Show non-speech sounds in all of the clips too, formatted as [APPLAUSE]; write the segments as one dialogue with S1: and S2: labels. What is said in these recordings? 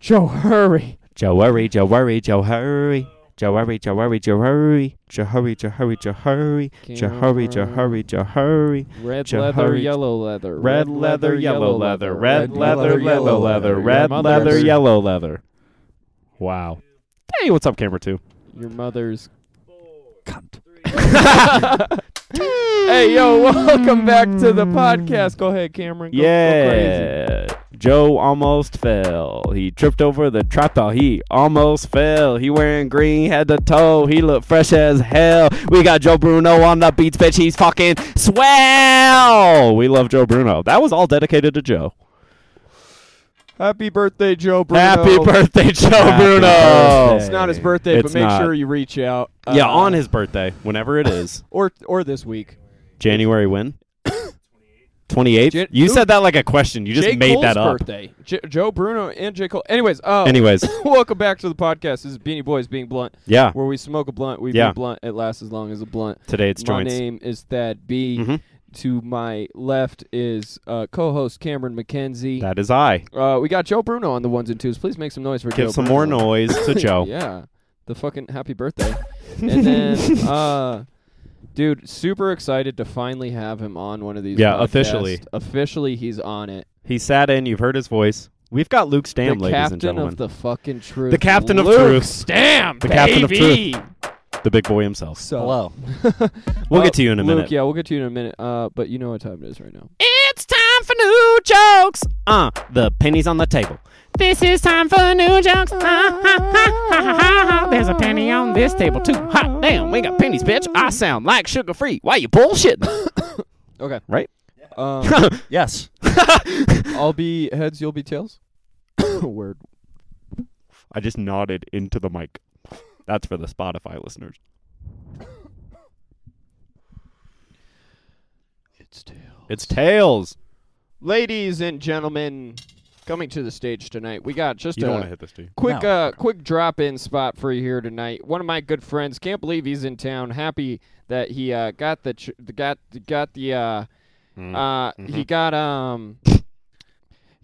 S1: Joe, hurry.
S2: Joe hurry, Joe hurry, Joe hurry. Joe hurry, Joe hurry, Joe hurry. Joe hurry, Joe hurry, Joe hurry. Joe hurry, Joe hurry, Joe hurry.
S1: Red
S2: Joe
S1: leather,
S2: hurry.
S1: yellow leather.
S2: Red leather, yellow leather. Red leather, yellow leather.
S1: Your
S2: Red
S1: mother's-
S2: leather, yellow leather. Wow. Hey, what's up, camera two?
S1: Your mother's.
S2: Cunt.
S1: Hey,
S2: [LAUGHS]
S1: yo, [LAUGHS] welcome back to the podcast. Go ahead, Cameron. Go, Go crazy.
S2: Yeah. Joe almost fell. He tripped over the tripod. He almost fell. He wearing green head to toe. He looked fresh as hell. We got Joe Bruno on the beats, bitch. He's fucking swell. We love Joe Bruno. That was all dedicated to Joe.
S1: Happy birthday, Joe Bruno.
S2: Happy birthday, Joe
S3: Happy
S2: Bruno.
S3: birthday.
S1: It's not his birthday,
S2: It's
S1: but make
S2: not.
S1: sure you reach out.
S2: yeah,
S1: uh,
S2: on his birthday, whenever it is.
S1: [COUGHS] or or this week. [COUGHS]
S2: January when? 28th?
S1: Jan-
S2: you
S1: Ooh.
S2: said that like a question. You just
S1: J.
S2: made
S1: Cole's
S2: that up.
S1: Birthday. J- Joe Bruno and J Cole. Anyways, uh, [COUGHS]
S2: Anyways,
S1: [LAUGHS] welcome back to the podcast. This is Beanie Boys being blunt,
S2: yeah.
S1: where we smoke a blunt, we
S2: Yeah.
S1: be blunt. It lasts as long as a blunt.
S2: Today it's
S1: My
S2: joints.
S1: name is Thad B.
S2: Mhm.
S1: To my left is uh, co-host Cameron McKenzie.
S2: That is I.
S1: Uh, we got Joe Bruno on the ones and twos. Please make some noise for
S2: Give
S1: Joe
S2: some more
S1: Bruno. [LAUGHS]
S2: noise
S1: [COUGHS]
S2: to Joe.
S1: Yeah, the fucking happy birthday. and
S2: [LAUGHS]
S1: then, uh, dude, super excited to finally have him on one of these.
S2: Yeah,
S1: podcasts.
S2: officially.
S1: officially, he's on it.
S2: He sat in. You've heard his voice. We've got Luke Stam,
S1: the
S2: ladies and
S1: captain
S2: gentlemen.
S1: of the fucking truth.
S2: The captain of
S1: Luke
S2: truth.
S1: Stam,
S2: The captain of
S1: baby!
S2: the big boy himself.
S1: So,
S3: Hello.
S2: We'll
S1: uh,
S2: get to you in a
S1: Luke,
S2: minute.
S1: Yeah, we'll get to you in a minute. Uh, but you know what time it is right now.
S2: It's time for new jokes. Uh, the penny's on the table. This is time for new jokes. Ah, ha, ha, ha, ha, ha, ha. There's a penny on this table too. Hot damn, we got pennies, bitch. I sound like sugar free. Why you bullshitting?
S1: Okay.
S2: Right?
S1: Um,
S2: [LAUGHS]
S3: Yes.
S1: [LAUGHS] I'll be heads. You'll be tails. Word.
S2: I just nodded into the mic. That's for the Spotify listeners.
S1: It's tails.
S2: It's tails.
S1: Ladies and gentlemen, coming to the stage tonight, we got just
S2: You
S1: a
S2: don't want to hit this, do you?
S1: quick
S3: No.
S1: uh quick drop in spot for you here tonight. One of my good friends, can't believe he's in town. Happy that he uh, got the ch- got got the uh,
S2: Mm-hmm.
S1: uh he got um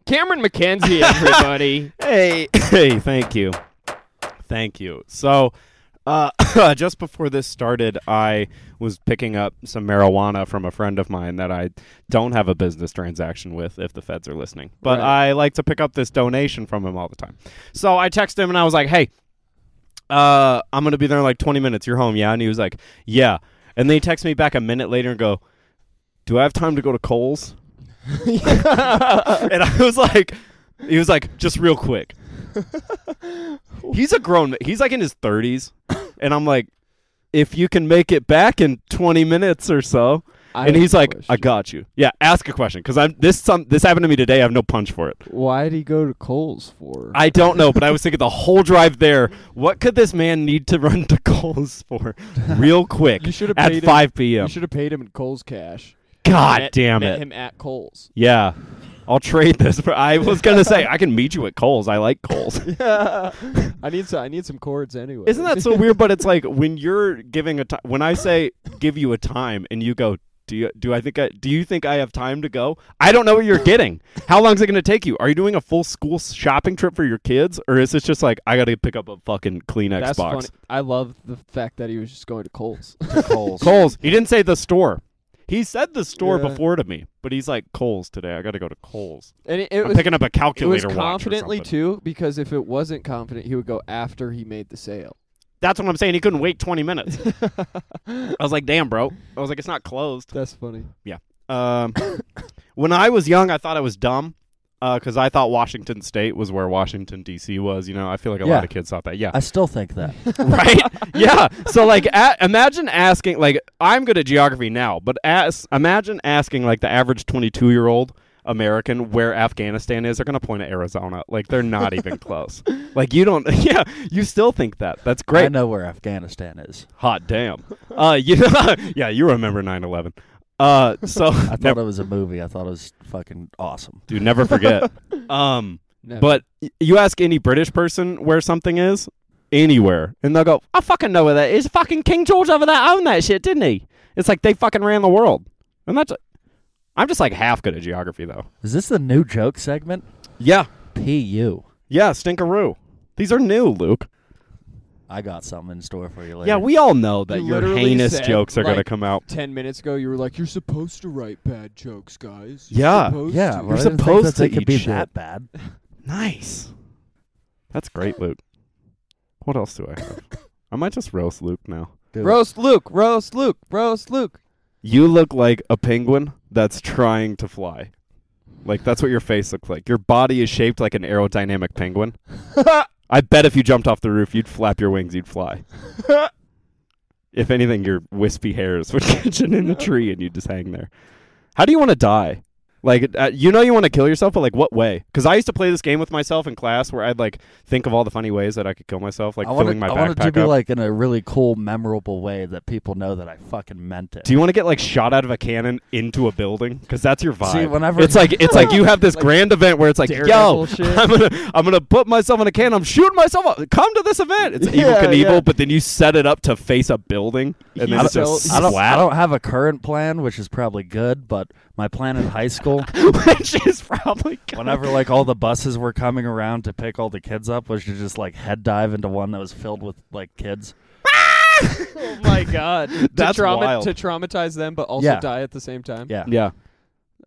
S1: Cameron McKenzie
S2: [LAUGHS]
S1: everybody.
S2: Hey, hey, thank you. Thank you. So, uh, [LAUGHS] just before this started, I was picking up some marijuana from a friend of mine that I don't have a business transaction with if the feds are listening. But
S1: Right.
S2: I like to pick up this donation from him all the time. So I texted him and I was like, hey, uh, I'm going to be there in like 20 minutes. You're home, yeah? And he was like, yeah. And then he texted me back a minute later and go, do I have time to go to Cole's? [LAUGHS] and I was like, he was like, just
S1: [LAUGHS]
S2: real quick. he's a grown. He's like in his thirties, and I'm like, if you can make it back in 20 minutes or so,
S1: I
S2: and
S1: have
S2: he's
S1: a
S2: like, I
S1: question.
S2: got you. Yeah, ask a question because I'm this. Some this happened to me today. I have no punch for it.
S1: Why did he go to Cole's for?
S2: I don't know, but I was thinking the whole drive there. What could this man need to run to Coles for, real quick?
S1: [LAUGHS] You should've
S2: at
S1: paid him-
S2: 5 p.m.
S1: You should have paid him in Cole's cash.
S2: God
S1: Met-
S2: damn
S1: met
S2: it!
S1: him at Cole's.
S2: Yeah. I'll trade this for. I was gonna say I can meet you at Coles. I like Coles.
S1: I need some. I need some chords anyway.
S2: Isn't
S1: [LAUGHS]
S2: that so weird? But it's like when you're giving a time. When I say give you a time, and you go, do you do I think I do you think I have time to go? I don't know what you're getting. How long is it going to take you? Are you doing a full school shopping trip for your kids, or is this just like I got to pick up a fucking Kleenex
S1: That's
S2: box?
S1: funny. I love the fact that he was just going to
S2: [LAUGHS]
S1: Cole's.
S3: Coles.
S2: Coles. He didn't say the store. He said the store
S1: Yeah.
S2: before to me, but he's like Coles today. I got to go to Coles.
S1: [LAUGHS] and it, it
S2: I'm
S1: was
S2: picking up a
S1: it was
S2: calculator. watch or
S1: confidently
S2: something.
S1: too, because if it wasn't confident, he would go after he made the sale.
S2: That's what I'm saying. He couldn't wait
S1: [LAUGHS]
S2: 20 minutes. I was like, damn, bro. I was like, it's not closed.
S1: That's funny.
S2: Um, when I was young, I thought I was dumb because I thought Washington State was where Washington, D.C. was. You know, I feel like a
S3: Yeah.
S2: lot of kids thought that. [LAUGHS] Yeah.
S3: I still think [LAUGHS] that.
S2: right? Yeah. So, like, a- imagine asking, like, I'm good at geography now, but as, imagine asking, like, the average 22 year old American where Afghanistan is. They're going to point at Arizona. Like, they're not
S3: [LAUGHS]
S2: even close. Like, you don't, [LAUGHS] yeah, you still think that. That's
S3: I
S2: great.
S3: know where Afghanistan is.
S2: Hot damn. Uh, [LAUGHS] you yeah, you remember 9 11. Uh, so, [LAUGHS]
S3: [LAUGHS] I
S2: never-
S3: thought it was a movie. I thought it was fucking awesome.
S2: dude, never forget. um,
S1: No.
S2: But y- you ask any British person where something is, anywhere, and they'll go, I fucking know where that is. Fucking King George over there owned that shit, didn't he? It's like they fucking ran the world. And that's. I'm just like half good at geography, though.
S3: Is this the new joke segment?
S2: Yeah.
S3: PU.
S2: Yeah, stinkeroo. These are new, Luke.
S3: I got something in store for you later.
S2: Yeah, we all know that
S1: You
S2: your
S1: literally
S2: heinous
S1: said,
S2: jokes are gonna
S1: like,
S2: come out.
S1: Ten minutes ago, you were like, "You're supposed to write bad jokes, guys." You're
S2: Yeah,
S1: supposed
S3: yeah.
S1: to."
S3: well, I didn't think
S2: supposed
S3: that
S2: to
S3: they could
S2: eat
S3: be
S2: shit.
S3: that bad.
S2: Nice. That's great, Luke. What else do I have? I might just roast Luke now.
S3: Do it.
S1: roast Luke, roast Luke, roast Luke.
S2: You look like a penguin that's trying to fly. Like that's what your face looks like. Your body is shaped like an aerodynamic penguin. I bet if you jumped off the roof, you'd flap your wings, you'd fly. if anything, your wispy hairs would [LAUGHS] catch it in the tree and you'd just hang there. How do you want to die? Like, uh, you know, you want to kill yourself, but like, what way? Because I used to play this game with myself in class where I'd like think of all the funny ways that I could kill myself, like
S3: I want
S2: filling
S3: it,
S2: my
S3: I want it
S2: backpack
S3: to be
S2: up.
S3: like in a really cool, memorable way that people know that I fucking meant it.
S2: do you want to get like shot out of a cannon into a building? Because that's your vibe.
S3: See, whenever
S2: It's like it's like you have
S3: [LAUGHS]
S2: this
S1: Like
S2: grand event where it's like, yo,
S1: Daredevil shit.
S2: I'm gonna I'm gonna put myself in a can. I'm shooting myself up. Come to this event. It's evil
S1: Yeah,
S2: Knievel,
S1: yeah.
S2: but then you set it up to face a building, and then
S1: He's
S2: it's just
S1: so-
S3: I don't, I
S2: splat,
S3: don't have a current plan, which is probably good, but my plan in
S2: [LAUGHS]
S3: high school,
S2: which is probably gonna-
S3: whenever like all the buses were coming around to pick all the kids up, was to just like head dive into one that was filled with like kids.
S1: Oh my god!
S2: [LAUGHS] That's
S1: to, trauma-
S2: wild.
S1: to traumatize them, but also
S3: Yeah.
S1: die at the same time.
S3: Yeah,
S2: Yeah.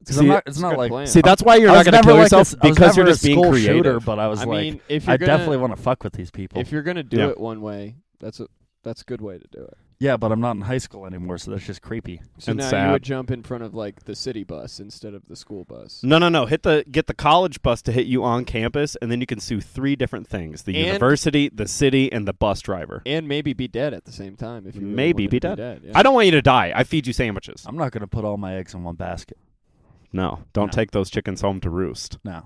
S3: 'Cause
S2: See,
S3: I'm not,
S1: It's
S3: it's
S1: a
S3: not
S1: good
S3: like
S1: plan.
S2: See, that's why you're
S3: I
S2: not
S3: was
S2: gonna
S3: never
S2: kill
S3: like
S2: yourself
S3: a, I was
S2: because you're
S3: never a
S2: just being
S3: school
S2: creative.
S3: shooter, but I was
S1: I
S3: like,
S1: mean, if you're
S3: I
S1: gonna,
S3: definitely want to fuck with these people.
S1: if you're gonna do
S2: Yeah.
S1: it one way, that's a that's a good way to do it.
S3: yeah, but I'm not in high school anymore, so that's just creepy.
S1: So
S2: And
S1: now
S2: sad.
S1: you would jump in front of like the city bus instead of the school bus.
S2: No, no, no. Hit the get the college bus to hit you on campus, and then you can sue three different things: the
S1: And-
S2: university, the city, and the bus driver.
S1: And maybe be dead at the same time if you really
S2: Maybe
S1: wanted
S2: be
S1: to
S2: dead.
S1: yeah.
S2: I don't want you to die. I feed you sandwiches.
S3: I'm not gonna put all my eggs in one basket.
S2: No, don't
S3: No.
S2: take those chickens home to roost.
S3: No,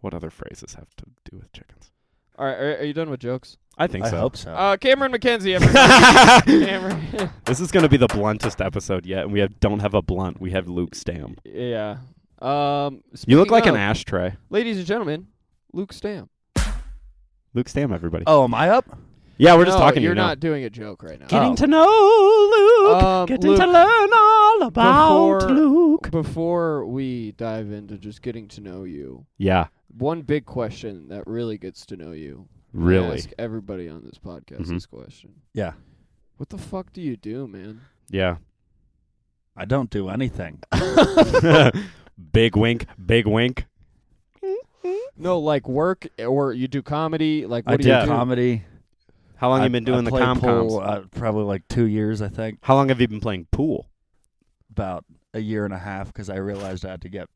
S2: What other phrases have to do with chickens?
S1: All right, are, are you done with jokes?
S2: I think
S3: I
S2: so. [LAUGHS]
S3: hope so.
S1: Uh, Cameron McKenzie, everybody. Cameron. [LAUGHS]
S2: This is going to be the bluntest episode yet, and we have, don't have a blunt. We have Luke Stam.
S1: yeah. Um,
S2: You
S1: speaking
S2: look like an
S1: of,
S2: ashtray.
S1: Ladies and gentlemen, Luke Stamp.
S2: Luke Stam, everybody.
S3: oh, am I up?
S2: yeah, we're just
S1: No,
S2: talking
S1: You're
S2: to you
S1: not doing a joke right now. Uh,
S2: now.
S3: Getting Oh. to
S2: know Luke.
S1: Um, Luke,
S2: learn all
S1: about before-
S2: Luke.
S1: before we dive into just getting to know you,
S2: Yeah,
S1: one big question that really gets to know you. I
S2: really.
S1: ask everybody on this podcast
S2: Mhm.
S1: this question.
S3: Yeah.
S1: What the fuck do you do,
S2: [LAUGHS]
S1: man?
S2: Yeah.
S3: I don't do anything.
S2: [LAUGHS] big wink, big wink.
S1: No, like work eh, or you do comedy. Like what
S3: I
S1: do
S3: do
S1: you do?
S3: comedy.
S2: How long
S3: I-
S2: you been
S3: I
S2: doing the
S3: play
S2: com coms?
S3: pool, uh, probably like two years, I think.
S2: How long have you been playing pool?
S3: About a year and a half, because I realized I had to get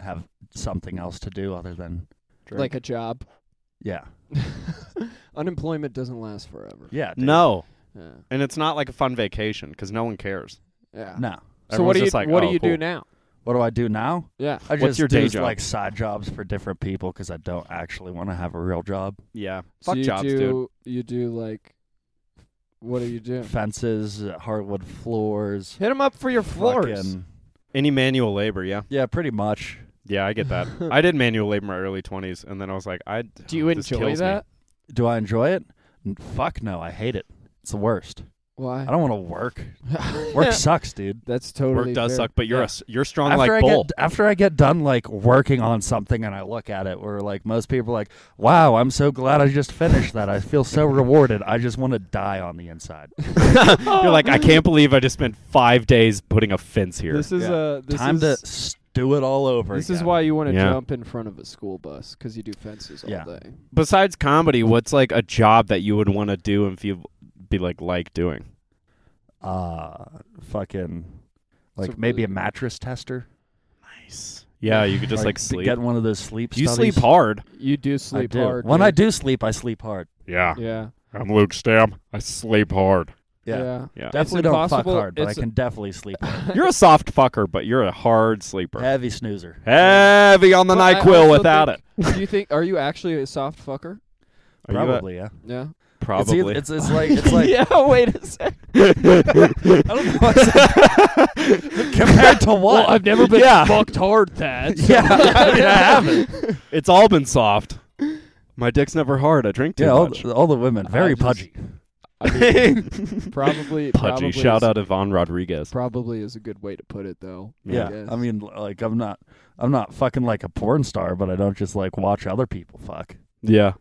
S3: have something else to do other than
S1: like a job. [LAUGHS]
S3: yeah,
S1: Unemployment doesn't last forever.
S3: yeah. dude.
S2: no,
S1: Yeah.
S2: and it's not like a fun vacation because no one cares.
S1: Yeah.
S3: no.
S1: So what
S2: Everyone's
S1: do you
S2: just like,
S1: what
S2: "Oh,
S1: do you
S2: cool."
S1: do now?
S3: What do I do now?
S1: Yeah.
S3: I
S2: What's
S3: just
S2: your
S3: do
S2: day job?
S3: like side jobs for different people because I don't actually want to have a real job.
S2: Yeah,
S1: So
S2: fuck
S1: you
S2: jobs, dude.
S1: do you do like what do you do?
S3: Fences, uh, hardwood floors,
S1: Hit him up for your floors.
S3: fucking-
S2: Any manual labor, yeah.
S3: yeah, pretty much.
S2: Yeah,
S1: [LAUGHS]
S2: I get that. I did manual labor in my early 20s, and then I was like, I.
S1: Do you
S2: this
S1: enjoy
S2: kills me.
S1: that?
S3: Do I enjoy it? N- Fuck no, I hate it. It's the worst.
S1: Why?
S3: I don't want to work.
S1: [LAUGHS]
S2: [LAUGHS]
S3: Work sucks, dude.
S1: That's totally
S2: Work does
S1: fair.
S2: suck, but you're
S3: Yeah.
S2: a s you're strong
S3: after
S2: like
S3: I
S2: bull. [LAUGHS]
S3: get after I get done like working on something and I look at it, where like most people are like, "Wow, I'm so glad I just finished that. I feel so rewarded. I just want to die on the inside."
S1: Oh,
S2: you're like, I can't believe I just spent five days putting a fence here.
S1: This is
S3: Yeah.
S1: uh this
S3: Time
S1: is,
S3: to stew it all over.
S1: This is
S3: again.
S1: why you want to
S2: Yeah.
S1: jump in front of a school bus cuz you do fences all
S3: Yeah.
S1: day.
S2: Besides comedy, what's like a job that you would want to do and feel be like like doing?
S3: uh fucking like
S1: So- uh,
S3: maybe a mattress tester.
S2: Nice. Yeah, you could just like,
S3: to
S2: sleep.
S3: Get one of those sleep.
S2: Do you
S3: studies.
S2: sleep hard?
S1: You do
S3: I
S1: sleep
S3: do.
S1: hard.
S3: when
S1: dude.
S3: I do sleep, I sleep hard.
S2: Yeah.
S1: Yeah.
S2: I'm Luke Stam. I sleep hard.
S1: Yeah.
S2: Yeah.
S3: Definitely
S1: It's
S3: don't fuck
S1: impossible-
S3: hard, but I
S1: it's-
S3: can definitely sleep.
S2: [LAUGHS]
S3: hard.
S2: You're a soft fucker, but you're a hard sleeper.
S3: Heavy snoozer.
S2: Heavy on the
S1: But I
S2: NyQuil
S1: also
S2: without
S1: think- do you think are you actually a soft fucker?
S2: it. Are you a-
S3: Probably, yeah.
S1: Yeah.
S2: probably.
S3: It's, either- it's, it's
S1: [LAUGHS]
S3: like it's like
S1: yeah, wait a sec.
S3: I don't know.
S2: [LAUGHS]
S3: Compared to what?
S1: Well, I've never been
S2: Yeah.
S1: fucked hard,
S2: [LAUGHS]
S1: Thad. so-
S3: Yeah, I mean, I
S2: haven't. It's all been soft. My dick's never hard. I drink too
S3: yeah, all,
S2: much.
S3: the- all the women very
S1: just-
S3: pudgy.
S1: I mean,
S2: [LAUGHS]
S1: probably.
S2: Pudgy.
S1: probably
S2: Shout
S1: is,
S2: out Yvonne Rodriguez.
S1: Probably is a good way to put it, though.
S3: Yeah,
S1: guess.
S3: I mean, like I'm not, I'm not fucking like a porn star, but I don't just like watch other people fuck.
S2: Yeah.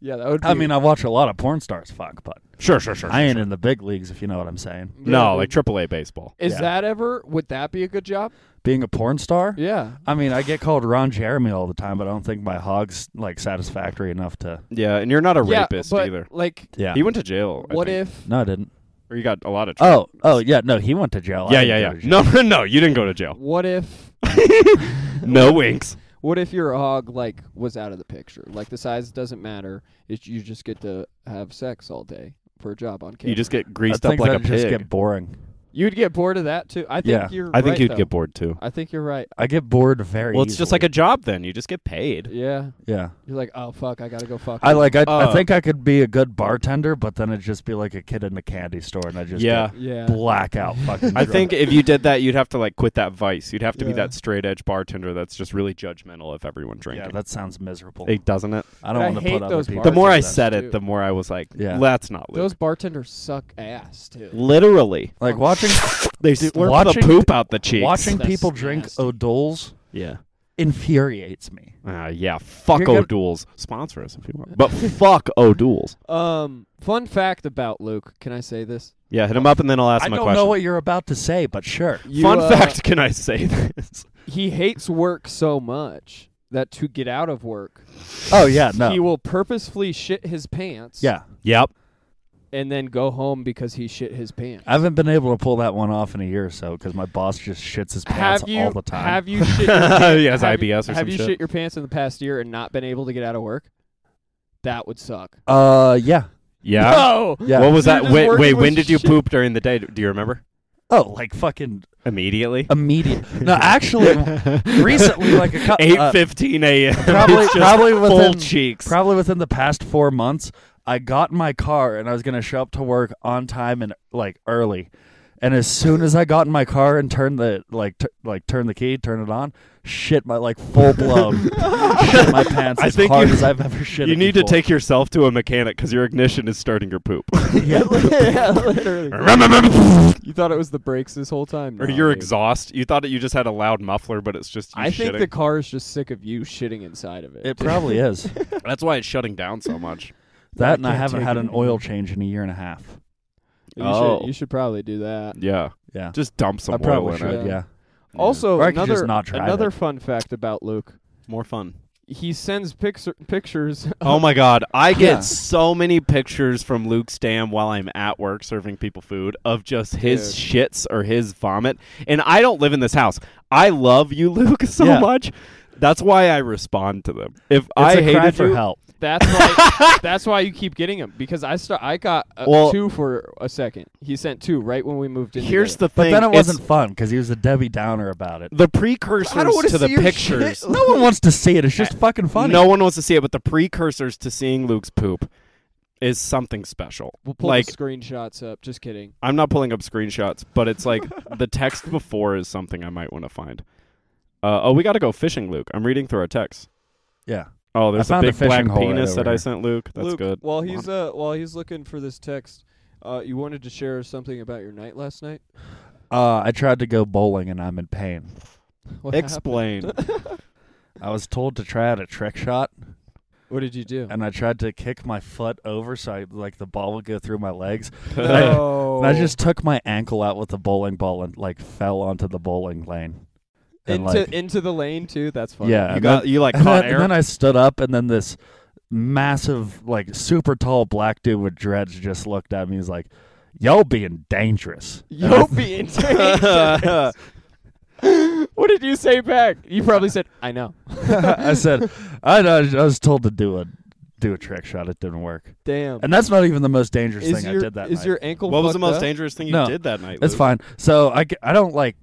S1: Yeah, that would. Be,
S3: I mean, uh, I watch a lot of porn stars fuck, but
S2: Sure, sure, sure.
S3: I
S2: sure,
S3: ain't
S2: sure.
S3: in the big leagues, if you know what I'm saying.
S2: No, like AAA baseball.
S1: Is
S3: yeah.
S1: that ever? Would that be a good job?
S3: Being a porn star,
S1: Yeah.
S3: I mean, I get called Ron Jeremy all the time, but I don't think my hog's like satisfactory enough to.
S2: Yeah, and you're not a
S1: yeah,
S2: rapist
S1: but,
S2: either.
S1: Like,
S3: Yeah.
S2: He went to jail. I
S1: what
S2: think.
S1: if?
S3: no, I didn't.
S2: Or you got a lot of. Trouble.
S3: Oh, oh yeah, no, he went to jail. I
S2: Uh, yeah,
S3: didn't
S2: yeah, [LAUGHS] yeah.
S3: go to jail.
S2: No, no, no. You didn't go to jail.
S1: What if?
S2: No winks.
S1: What if your hog like was out of the picture? Like the size doesn't matter. It, you just get to have sex all day for a job on camera.
S2: You just get
S3: I
S2: greased up
S3: think
S2: like a
S3: that'd just
S2: pig.
S3: get boring.
S1: You'd get bored of that too. I think
S3: Yeah.
S1: you're.
S2: I think
S1: right,
S2: you'd
S1: though.
S2: get bored too.
S1: I think you're right.
S3: I get bored very.
S2: Well, it's just like a job then. You just get paid.
S1: Yeah.
S3: yeah.
S1: You're like, oh fuck, I gotta go fuck.
S3: I like. I,
S2: Uh,
S3: I think I could be a good bartender, but then it'd just be like a kid in a candy store, and I just
S2: Yeah.
S1: Yeah.
S3: get blackout
S2: [LAUGHS]
S3: fucking.
S2: I
S3: drunk.
S2: think if you did that, you'd have to like quit that vice. You'd have to be
S1: Yeah.
S2: that straight edge bartender that's just really judgmental of everyone
S3: Yeah,
S2: drinking.
S3: that sounds miserable.
S2: it doesn't it?
S3: I don't
S1: I
S3: want to
S1: hate
S3: put other
S1: those
S3: people.
S2: The more I
S1: bartenders
S2: said
S1: do.
S2: it, the more I was like,
S3: Yeah.
S2: "That's not Luke."
S1: Those bartenders suck ass too.
S2: Literally,
S3: like watching
S2: they
S3: Dude,
S2: slurp
S3: watching-
S2: the poop out the cheeks.
S3: watching
S1: That's
S3: people drink
S1: nasty.
S3: O'Doul's
S2: yeah,
S3: infuriates me.
S2: uh, yeah. Fuck
S3: You're gonna-
S2: O'Doul's sponsor us if you
S1: [LAUGHS]
S2: want, but fuck O'Doul's.
S1: Um, fun fact about Luke. Can I say this?
S2: Yeah, hit him up and then I'll ask
S3: I
S2: my
S3: don't
S2: question.
S3: know what you're about to say, but sure.
S1: You,
S2: Fun
S1: uh,
S2: fact: Can I say this?
S1: He hates work so much that to get out of work,
S3: Oh yeah, no.
S1: he will purposefully shit his pants.
S3: yeah,
S2: Yep.
S1: and then go home because he shit his pants.
S3: I haven't been able to pull that one off in a year or so because my boss just shits his pants
S1: have you
S3: all the time.
S1: have you
S2: [LAUGHS]
S1: shit your pants,
S2: yes,
S1: have you-
S2: IBS or
S1: have
S2: some
S1: you
S2: shit.
S1: shit your pants in the past year and not been able to get out of work? That would suck.
S3: [LAUGHS] uh, yeah,
S2: yeah.
S1: no.
S3: yeah.
S2: What was
S1: You're
S2: that?
S1: just
S2: Wait,
S1: working
S2: wait.
S1: with
S2: When did you
S1: shit.
S2: poop during the day? Do you remember?
S3: oh, like fucking
S2: Immediately.
S3: immediate. no, actually, recently, like a cou-
S2: eight
S3: uh,
S2: fifteen a.m.
S3: probably
S2: [LAUGHS] It's just
S3: probably
S2: full
S3: within
S2: cheeks.
S3: probably within the past four months, I got in my car and I was gonna show up to work on time and like early. And as soon as I got in my car and turned the like t- like turned the key, turn it on, shit my like full blown
S2: [LAUGHS]
S3: shit my pants
S2: I
S3: as
S2: think
S3: hard
S2: you-
S3: as I've ever shit.
S2: you need to take yourself to a mechanic because your ignition is starting your
S3: [LAUGHS]
S2: poop,
S1: yeah, literally.
S2: or
S1: You thought it was the brakes this whole time. No,
S2: your
S1: dude.
S2: exhaust. You thought that you just had a loud muffler, but it's just you
S1: I think
S2: shitting.
S1: the car is just sick of you shitting inside of it. [LAUGHS]
S3: It probably is
S2: That's why it's shutting down so much.
S3: that, and I
S1: can't
S3: haven't
S1: take
S3: had
S1: it
S3: an oil change in a year and a half.
S1: you,
S2: Oh.
S1: should, you should probably do that.
S2: Yeah,
S3: Yeah,
S2: just dump some
S3: I
S2: oil
S3: probably
S2: in
S3: should.
S1: it.
S2: it.
S3: Yeah,
S1: Also,
S3: Or I could
S1: another
S3: just not drive
S1: another
S3: it.
S1: fun fact about Luke.
S2: more fun.
S1: He sends picture, pictures. [LAUGHS]
S2: Oh my god,
S3: [LAUGHS]
S2: I get
S3: Yeah.
S2: so many pictures from Luke's dam while I'm at work serving people food of just his shits or his vomit. And I don't live in this house. I love you, [LAUGHS] Luke, so
S3: Yeah.
S2: much. That's why I respond to them. If
S3: It's
S2: I
S3: a cry
S2: hated
S3: for
S2: you,
S3: help.
S1: That's
S2: [LAUGHS]
S1: why. that's why you keep getting them because I start. I got uh,
S2: Well-
S1: two for a second. He sent two right when we moved in.
S2: here's
S1: together.
S2: the
S3: But
S2: thing.
S3: then it
S2: it's
S3: wasn't fun because he was a Debbie Downer
S2: [LAUGHS]
S3: about it.
S2: the precursors
S1: I don't wanna
S2: to the
S1: see your
S2: pictures.
S1: shit.
S3: No one wants to see it. It's just fucking funny.
S2: No one wants to see it, but the precursors to seeing Luke's poop is something special.
S1: We'll pull
S2: like
S1: the screenshots up. Just kidding.
S2: I'm not pulling up screenshots, but it's like the text before is something I might want to find. Uh, oh, we got to go fishing, Luke. I'm reading through our text.
S3: Yeah.
S2: Oh, there's a
S3: found a
S2: big black
S3: fishing hole right
S2: penis
S3: over
S2: that I
S3: here.
S2: sent Luke. That's
S1: Luke,
S2: good.
S1: While he's uh, while he's looking for this text, uh, you wanted to share something about your night last night. [LAUGHS]
S3: Uh, I tried to go bowling and I'm in pain.
S1: What happened? [LAUGHS]
S2: Explain. [LAUGHS]
S3: I was told to try out a trick shot,
S1: What did you [LAUGHS]
S3: [LAUGHS]
S1: do?
S3: and I tried to kick my foot over so I, like the ball would go through my legs.
S1: No.
S3: And
S1: Oh.
S3: I just took my ankle out with the bowling ball and like fell onto the bowling lane. And,
S1: into
S3: like-
S1: into the lane too. That's funny.
S3: yeah,
S2: you
S3: and
S2: got
S3: then- [LAUGHS]
S2: you like
S3: and
S2: caught
S3: then, and
S2: air.
S3: then I stood up, and then this massive, like super tall black dude with dreads just looked at me. He's like, "Yo, being dangerous." [LAUGHS] And I
S1: You'll be in
S3: [LAUGHS]
S1: danger. what did you say back? You probably said, "I know." [LAUGHS]
S3: I said, I, I was told to do a do a trick shot. It didn't work,
S1: Damn.
S3: and that's not even the most dangerous
S1: is
S3: thing
S1: your
S3: I did that
S1: is
S3: night.
S1: your ankle?
S2: what was the
S1: fucked
S2: most
S1: up?
S2: dangerous thing you
S3: No.
S2: did that night?
S3: it's
S2: Luke?
S3: fine. So I, g- I don't like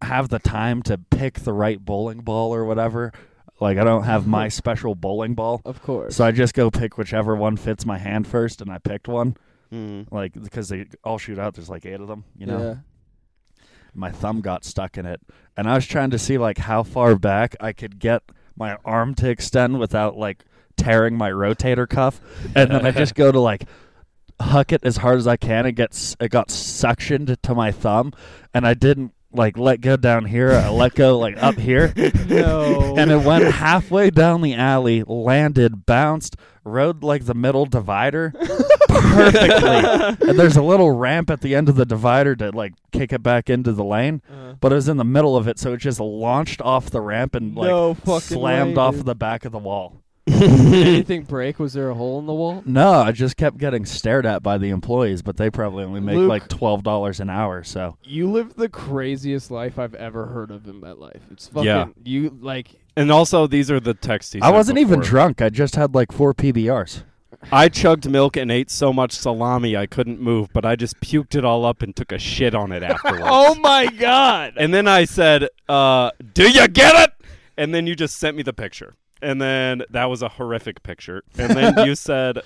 S3: have the time to pick the right bowling ball or whatever. Like I don't have my special bowling ball,
S1: Of course.
S3: so I just go pick whichever one fits my hand first, and I picked one.
S2: Mhm.
S3: Like because they all shoot out. There's like eight of them, you know.
S1: Yeah.
S3: my thumb got stuck in it and i was trying to see like how far back i could get my arm to extend without like tearing my rotator cuff and then i just go to like huck it as hard as i can and get s- it got suctioned to my thumb and i didn't like let go down here, I let go like up here,
S1: [LAUGHS] No.
S3: [LAUGHS] and it went halfway down the alley, landed, bounced, rode like the middle divider perfectly. and there's a little ramp at the end of the divider to like kick it back into the lane,
S1: Uh,
S3: but it was in the middle of it, so it just launched off the ramp and like
S1: No fucking
S3: slammed
S1: way,
S3: off
S1: dude.
S3: the back of the wall.
S1: did anything break? Was there a hole in the wall?
S3: No, I just kept getting stared at by the employees, but they probably only make
S1: Luke-
S3: like twelve dollars an hour. So
S1: You live the craziest life I've ever heard of in my life. It's fucking
S2: Yeah.
S1: you like
S2: [LAUGHS] And also, these are the texts. he
S3: I
S2: sent
S3: wasn't even
S2: before.
S3: drunk. I just had like four [LAUGHS] PBRs.
S2: I chugged milk and ate so much salami I couldn't move, but I just puked it all up and took a shit on it
S1: [LAUGHS]
S2: afterwards.
S1: Oh my god.
S2: And then I said, uh, "Do you get it?" And then you just sent me the picture, and then that was a horrific picture. And
S1: [LAUGHS]
S2: then you said,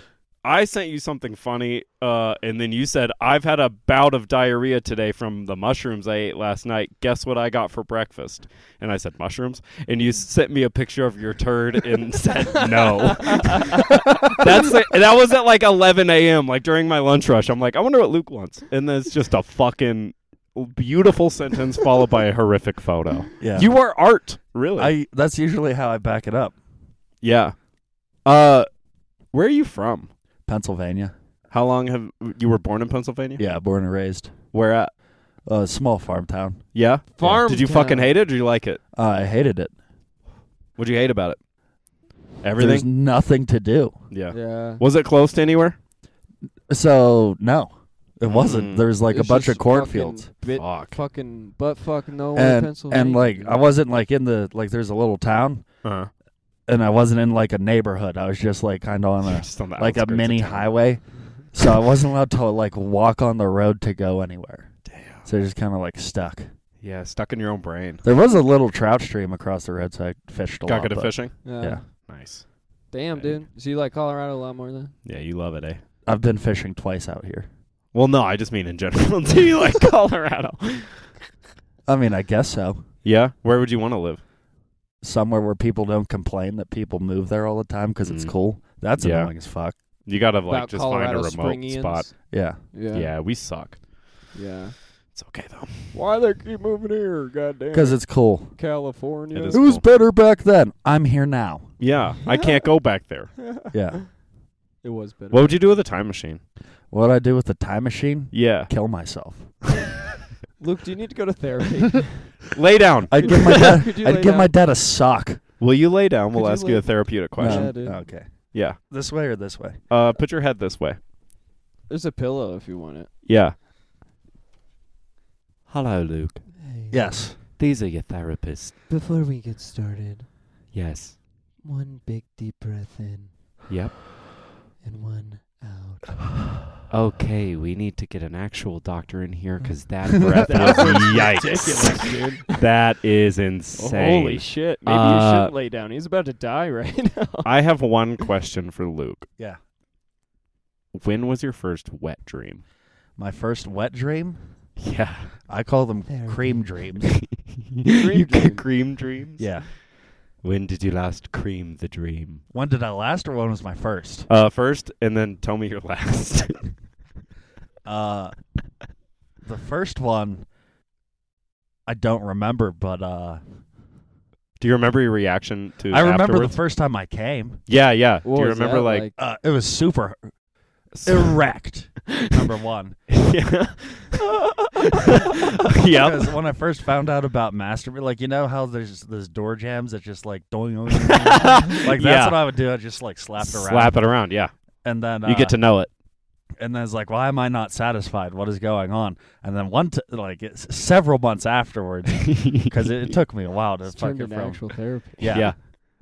S2: "I sent you something funny," uh, and then you said, "I've had a bout of diarrhea today from the mushrooms I ate last night. Guess what I got for breakfast?" And I said, "Mushrooms." And you sent me a picture of your turd and [LAUGHS] said, "No."
S1: [LAUGHS]
S2: That's like, that was at like 11 a.m. Like during my lunch rush. I'm like, I wonder what Luke wants, and then it's just a fucking beautiful sentence followed by a horrific photo.
S3: [LAUGHS] Yeah,
S2: You are art, really?
S3: I that's usually how I back it up.
S2: yeah. Uh, where are you from?
S3: Pennsylvania.
S2: How long have you were born in Pennsylvania?
S3: Yeah, born and raised.
S2: Where at?
S3: A small farm town.
S2: Yeah.
S1: Farm
S2: Did you
S1: town.
S2: fucking hate it? or Did you like it?
S3: Uh, I hated it.
S2: What'd you hate about it?
S3: There's
S2: Everything.
S3: nothing to do.
S2: Yeah.
S1: Yeah.
S2: Was it close to anywhere?
S3: So no, it wasn't.
S2: Mm.
S3: There was like
S1: It's
S3: a bunch
S1: just
S3: of cornfields.
S1: Fucking, bit,
S2: Fuck.
S1: fucking butt fucking nowhere
S3: And,
S1: Pennsylvania.
S3: and like I wasn't like in the like there's a little town
S2: Uh-huh.
S3: and I wasn't in like a neighborhood. I was just like kind of on a
S2: Just on the
S3: like a
S2: outskirts of
S3: mini
S2: town.
S3: highway. So I wasn't allowed to like walk on the road to go anywhere.
S2: Damn.
S3: So just kind of like stuck.
S2: Yeah, stuck in your own brain.
S3: There was a little trout stream across the road, so I fished a
S2: Got
S3: lot.
S2: good at
S3: but-
S2: fishing.
S1: yeah.
S3: yeah.
S2: Nice.
S1: Damn, dude. So you like Colorado a lot more than
S2: Yeah, you love it, eh?
S3: I've been fishing twice out here.
S2: Well, no, I just mean in general. [LAUGHS] Do
S1: [LAUGHS]
S2: you like Colorado?
S3: I mean, I guess so.
S2: yeah. Where would you want to live?
S3: Somewhere where people don't complain that people move there all the time because it's
S2: Mm.
S3: cool. That's
S2: Yeah.
S3: annoying as fuck.
S2: You gotta like
S1: about
S2: just
S1: Colorado
S2: find a remote
S1: Springians?
S2: spot.
S3: Yeah.
S1: Yeah.
S2: Yeah. we suck.
S1: Yeah.
S2: It's okay though.
S1: Why they keep moving here, goddamn
S3: Because it's cool.
S1: California.
S2: It
S3: It
S2: is- It's
S3: was
S2: cool.
S3: better back then. I'm here now.
S2: Yeah, I can't go back there.
S3: Yeah.
S1: [LAUGHS] It was better.
S2: What would you do with a time machine?
S3: What'd I do with the time machine?
S2: [LAUGHS] Yeah,
S3: Kill myself.
S1: Luke, do you need to go to therapy?
S2: [LAUGHS] lay down.
S3: I'd give my
S1: [LAUGHS]
S3: dad.
S1: Could you
S3: I'd
S1: lay
S3: give my
S1: down?
S3: dad a sock.
S2: Will you lay down? We'll
S1: Could you
S2: ask
S1: lay
S2: you a
S1: down?
S2: therapeutic question.
S1: Yeah, dude.
S3: okay.
S2: Yeah.
S3: This way or this way?
S2: Uh, put your head this way.
S1: There's a pillow if you
S2: [LAUGHS]
S1: want it.
S2: Yeah. Hello, Luke.
S3: Yes.
S2: These are your therapists.
S4: Before we get started,
S2: Yes.
S4: one big deep breath in
S2: Yep.
S4: and one out.
S2: [SIGHS] Okay, we need to get an actual doctor in here because [LAUGHS] that
S3: breath
S1: That was
S2: yikes.
S1: dude.
S2: That is insane.
S1: Holy shit. Maybe you
S2: Uh,
S1: shouldn't lay down. He's about to die right now.
S2: I have one question for Luke.
S3: Yeah.
S2: When was your first wet dream?
S3: My first wet dream.
S2: [LAUGHS] Yeah.
S3: I call them
S4: Therapy.
S3: cream dreams.
S1: [LAUGHS]
S2: you
S1: dream.
S2: get cream dreams?
S3: yeah.
S2: When did you last cream the dream?
S3: When did I last, or when was my first?
S2: Uh, first, and then tell me your [LAUGHS] last.
S3: Uh, the first one, I don't remember, but uh,
S2: Do you remember your reaction to?
S3: I remember
S2: afterwards?
S3: the first time I came.
S2: yeah, yeah.
S1: What
S2: Do you
S1: was
S2: remember
S1: that
S2: like?
S3: Uh, it was super
S2: [LAUGHS]
S3: erect. number one, [LAUGHS]
S2: yeah.
S3: because
S2: [LAUGHS] yep.
S3: when I first
S2: [LAUGHS]
S3: found out about masturbation, like you know how there's those door jams that just like doing, doing, doing, doing? like that's
S2: Yeah.
S3: what I would do. I just like slap it around,
S2: Slap it around. Yeah.
S3: and then
S2: you get
S3: uh,
S2: to know
S3: [LAUGHS]
S2: it.
S3: and then it's like, why am I not satisfied? What is going on? And then one, t- like it's several months afterwards, [LAUGHS] because it, it took me a while to
S1: It's turned
S3: fucking
S1: into
S3: from.
S1: actual therapy.
S2: [LAUGHS]
S3: Yeah.
S2: Yeah.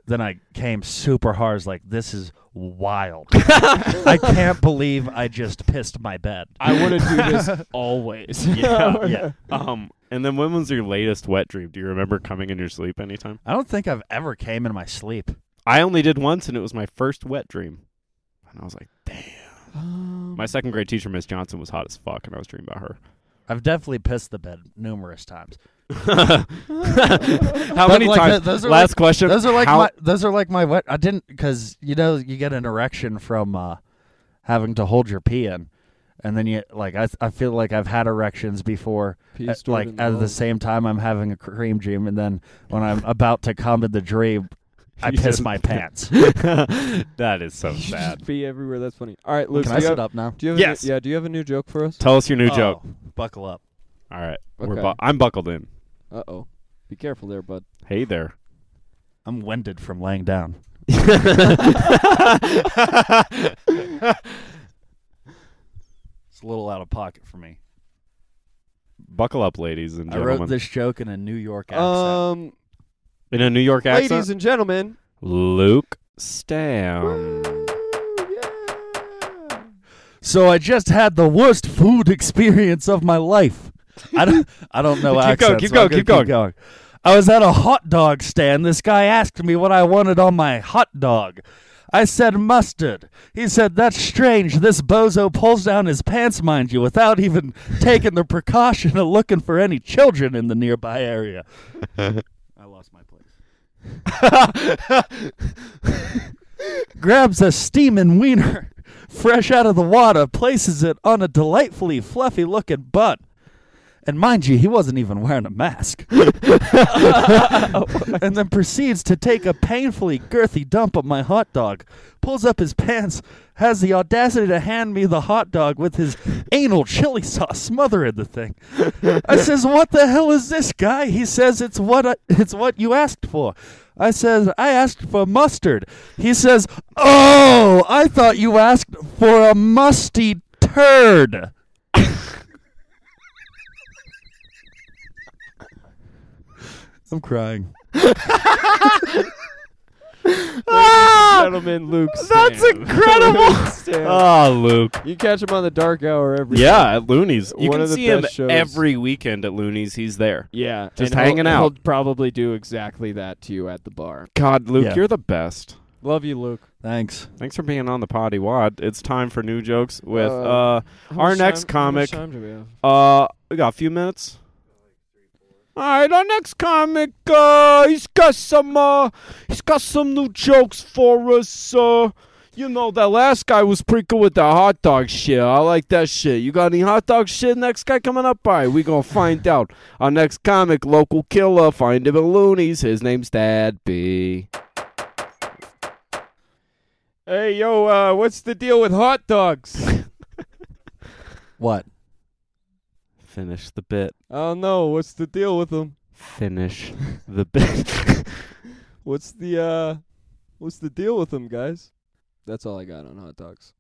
S3: Then I came super hard. I was like, this is wild. I can't believe I just pissed my bed.
S1: I want to [LAUGHS] do this always. [LAUGHS]
S2: Yeah.
S3: yeah.
S2: [LAUGHS] Um. And then when was your latest wet dream? Do you remember coming in your sleep anytime?
S3: I don't think I've ever came in my sleep.
S2: I only did once, and it was my first wet dream. And I was like,
S1: Um,
S2: my second grade teacher, Miss Johnson, was hot as fuck, and I was dreaming about her. [LAUGHS]
S3: I've definitely pissed the bed numerous times.
S2: How
S3: But
S2: many
S3: like,
S2: times?
S3: th- those are
S2: Last question.
S3: Those are like
S2: How-
S3: my. Those are like my wet. I didn't because you know you get an erection from uh, having to hold your pee in, and then you like I I feel like I've had erections before.
S1: Pee
S3: at-
S1: stored
S3: like
S1: in
S3: at the
S1: love.
S3: same time I'm having a cream dream, and then when I'm about to come in the dream, [LAUGHS] I
S2: You
S3: piss
S2: just-
S3: my
S2: [LAUGHS]
S3: pants.
S2: that
S1: [LAUGHS]
S2: is so sad.
S1: Be everywhere. That's funny. All right, Luke.
S3: Can
S1: do
S3: I
S1: you
S3: sit
S1: have,
S3: up now? Oh,
S1: Do you have a new-
S2: Yes.
S1: yeah. Do you have a new joke for us?
S2: Tell us your
S3: [LAUGHS]
S2: new joke.
S3: Buckle up.
S2: All right, we're
S1: Okay.
S2: bu- I'm buckled in.
S1: Uh oh. Be careful there, bud.
S2: Hey
S3: [LAUGHS]
S2: there. [LAUGHS]
S3: I'm winded from laying down. It's a little out of pocket for me.
S2: Buckle up, ladies and
S3: I
S2: gentlemen.
S3: wrote this joke in a New York accent.
S1: Um,
S2: in a New York accent.
S1: ladies and gentlemen.
S2: Luke Stam.
S3: so I just had the worst food [LAUGHS] experience of my life. I don't, I don't know
S2: [LAUGHS] Keep going,
S3: accents.
S2: keep
S3: so I'm
S2: going, keep
S3: gonna
S2: going.
S3: I was at a hot dog stand. This guy asked me what I wanted on my hot dog. I said mustard. He said, That's strange. This bozo pulls down his pants, mind you, without even
S2: [LAUGHS]
S3: taking the precaution of looking for any children in the nearby area. [LAUGHS] I lost my place. [LAUGHS] grabs a steaming wiener fresh out of the water, places it on a delightfully fluffy looking butt. And mind you, he wasn't even wearing a [LAUGHS] mask. and then proceeds to take a painfully girthy dump of my hot dog, pulls up his pants, has the audacity to hand me the hot dog with his anal chili sauce smothering the thing. I says, "What the hell is this guy?" He says, "It's what I, it's what you asked for." I says, "I asked for mustard." He says, "Oh, I thought you asked for a musty turd." I'm crying. Ah,
S2: Ah!
S1: gentlemen,
S2: [LAUGHS]
S1: Luke.
S2: That's
S1: Stam.
S2: incredible.
S1: Luke Stam.
S2: Ah, Luke.
S1: you catch him on the dark hour every.
S2: Yeah, at Looney's. You
S1: One
S2: can
S1: of the
S2: see him
S1: best shows.
S2: every weekend at Looney's. He's there.
S1: Yeah,
S2: Just
S1: and
S2: hanging
S1: he'll,
S2: out.
S1: He'll probably do exactly that to you at the bar.
S2: God, Luke,
S3: Yeah.
S2: you're the best.
S1: Love you, Luke.
S3: Thanks.
S2: Thanks for being on the potty wad. It's time for new jokes with
S1: Uh,
S2: uh, Our next comic-
S1: How much time do we have?
S2: Uh, we got a few minutes. All right, our next comic, uh, he's got some, uh, he's got some new jokes for us. Uh, you know, that last guy was pretty good with the hot dog shit. I like that shit. You got any hot dog shit next guy coming up? All right, we gonna find out. Our next comic, local killer, find him at Looney's. His name's Dad B.
S1: Hey, yo, uh, what's the deal with hot dogs?
S3: What?
S2: Finish the bit.
S1: I don't know. Uh, What's the deal with them?
S2: Finish the [LAUGHS] bit.
S1: What's the uh, what's the deal with them, guys? That's all I got on hot dogs.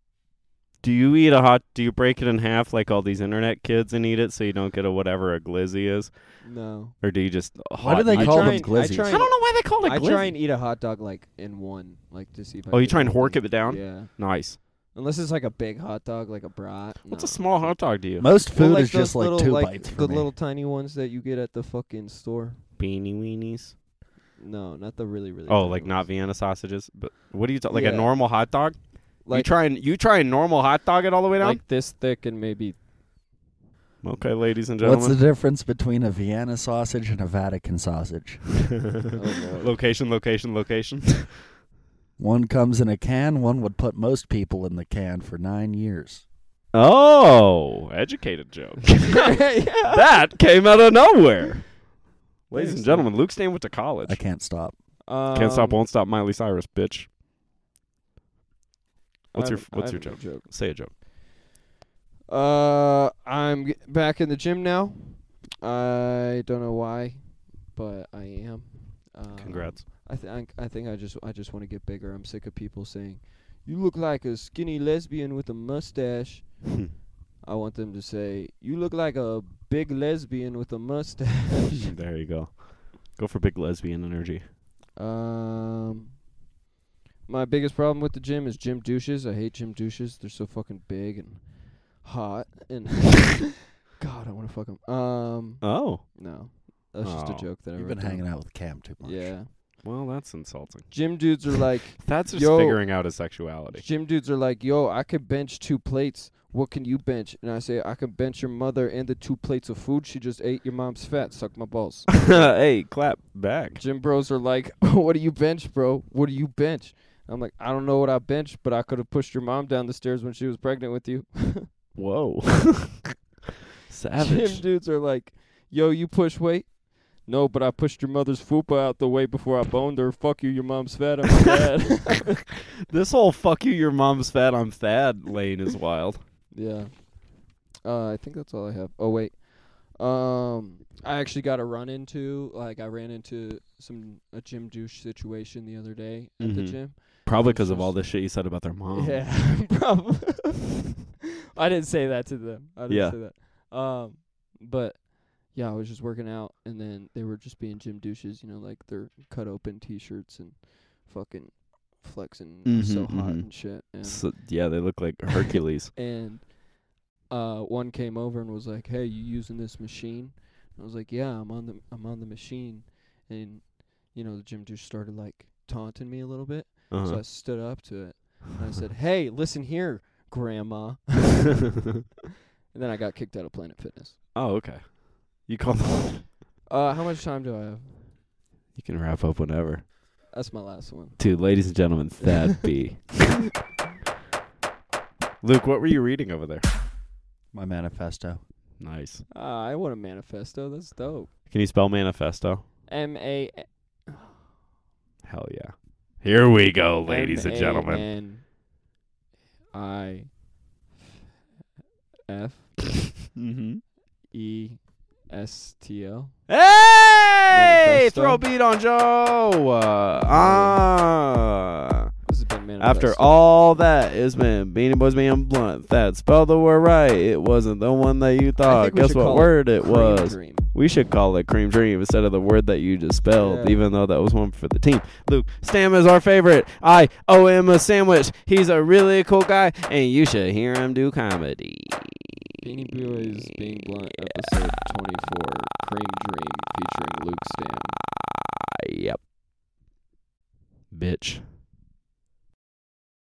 S2: Do you eat a hot? Do you break it in half like all these internet kids and eat it so you don't get a whatever a glizzy is,
S1: No,
S2: or do you just? a
S3: Why do
S2: hot-
S3: they
S1: I
S3: call
S1: try
S3: them
S1: and- I
S3: glizzies?
S1: try
S2: I
S1: and-
S2: don't know why they call it
S1: I
S2: glizzy.
S1: try and eat a hot dog like in one, like to see if. I
S2: Oh, you
S1: can
S2: try and
S1: hold
S2: hork it down?
S1: Yeah,
S2: nice.
S1: unless it's like a big hot dog, like a brat. no.
S2: What's a small hot dog to you?
S3: Most
S1: Well,
S3: food is
S1: those
S3: just like
S1: little,
S3: two
S1: like,
S3: bites. For
S1: The
S3: me.
S1: little tiny ones that you get at the fucking store.
S2: Beanie weenies.
S1: No, not the really really.
S2: Oh,
S1: tiny
S2: like not
S1: ones.
S2: Vienna sausages, but what do you ta- like
S1: Yeah.
S2: a normal hot dog? you
S1: Like,
S2: try and you try and normal hot dog it all the way down.
S1: like this thick and maybe.
S2: okay, ladies and
S3: What's the
S2: gentlemen.
S3: difference between a Vienna sausage and a Vatican sausage?
S2: [LAUGHS]
S1: Oh, [LAUGHS] Lord.
S2: location, location,
S3: [LAUGHS]
S2: location.
S3: One comes in a can. One would put most people in the can for nine years.
S2: oh, educated
S3: [LAUGHS]
S2: joke.
S1: yeah.
S2: that came out of nowhere. Ladies
S1: Thanks,
S2: and gentlemen, Luke Stan went to college.
S3: I can't stop.
S1: Um,
S2: Can't stop, won't stop, Miley Cyrus, bitch. What's
S1: I
S2: your
S1: have- I
S2: What's your
S1: have a
S2: joke? Say a joke.
S1: Uh, I'm g- back in the gym now. I don't know why, but I am.
S2: Uh,
S1: Um,
S2: Congrats.
S1: I think I think I just I just want to get bigger. I'm sick of people saying, "You look like a skinny lesbian with a mustache." I want them to say, "You look like a big lesbian with a
S2: [LAUGHS]
S1: mustache."
S2: [LAUGHS] there you go. Go for big lesbian energy.
S1: um, my biggest problem with the gym is gym douches. I hate gym douches. They're so fucking big and hot
S3: [LAUGHS]
S1: and God, I want to fuck 'em. Um,
S2: Oh,
S1: no, that's just a
S2: Oh.
S1: joke that I
S3: You've
S1: wrote
S3: been
S1: down.
S3: hanging out with Cam too much.
S1: [LAUGHS] Yeah,
S2: well, that's insulting.
S1: gym dudes are like.
S2: That's just
S1: Yo.
S2: figuring out his sexuality.
S1: Gym dudes are like, yo, I can bench two plates. What can you bench? And I say, I can bench your mother and the two plates of food she just ate. Your mom's fat. Suck my balls.
S2: [LAUGHS] hey, clap back.
S1: Gym bros are like, [LAUGHS] what do you bench, bro? What do you bench? I'm like, I don't know what I bench, but I could have pushed your mom down the stairs when she was pregnant with you.
S2: Whoa.
S1: Gym dudes are like, yo, you push weight? No, but I pushed your mother's fupa out the way before I boned her. Fuck you, your mom's fat. I'm fat.
S2: this whole fuck you, your mom's fat, I'm fat lane is wild.
S1: yeah. Uh, I think that's all I have. Oh wait. Um, I actually got a run into like I ran into some a gym douche situation the other day at the
S2: Mhm.
S1: gym.
S2: Probably because of all this shit you said about their mom.
S1: [LAUGHS]
S2: [LAUGHS]
S1: Yeah, probably. [LAUGHS] I didn't say that to them. I didn't
S2: Yeah.
S1: say that. Um, but yeah, I was just working out, and then they were just being gym douches. You know, like their cut open t-shirts and fucking flexing
S2: Mhm,
S1: so hot
S2: mhm.
S1: and shit. And,
S2: So, yeah, they look like [LAUGHS] Hercules.
S1: and uh, one came over and was like, "Hey, you using this machine?" And I was like, "Yeah, I'm on the I'm on the machine." And you know, the gym douche started like taunting me a little bit. So I
S2: Uh-huh.
S1: stood up to it and I
S2: [LAUGHS]
S1: said, "Hey, listen here, Grandma." And then I got kicked out of Planet Fitness.
S2: oh, okay. You call
S1: Uh, how much time do I have?
S2: [LAUGHS] You can wrap up whenever.
S1: That's my last one.
S2: Dude, ladies and gentlemen, that be. [LAUGHS] Luke, what were you reading over there?
S3: My manifesto.
S2: Nice.
S1: Uh, I want a manifesto. That's dope.
S2: Can you spell manifesto?
S1: M A.
S2: Hell yeah. Here we go, ladies and gentlemen.
S1: M A N I F
S2: Mm-hmm.
S1: E S T O.
S2: Hey!
S1: Manifesto.
S2: Throw a beat on Joe! Uh, ah.
S1: This has been manifesto.
S2: After all that, it's been Beanie Boys being blunt. That spelled the word right. It wasn't the one that you
S1: I
S2: thought.
S1: think we
S2: uh, Guess
S1: should
S2: what
S1: call
S2: word it
S1: Cream
S2: was?
S1: Dream.
S2: We should call it cream dream instead of the word that you just spelled,
S1: Yeah.
S2: even though that was one for the team. Luke, Stam is our favorite. I owe him a sandwich. He's a really cool guy, and you should hear him do comedy.
S1: Beanie Boys being blunt episode twenty four. Cream Dream featuring Luke Stam.
S2: Yep. Bitch.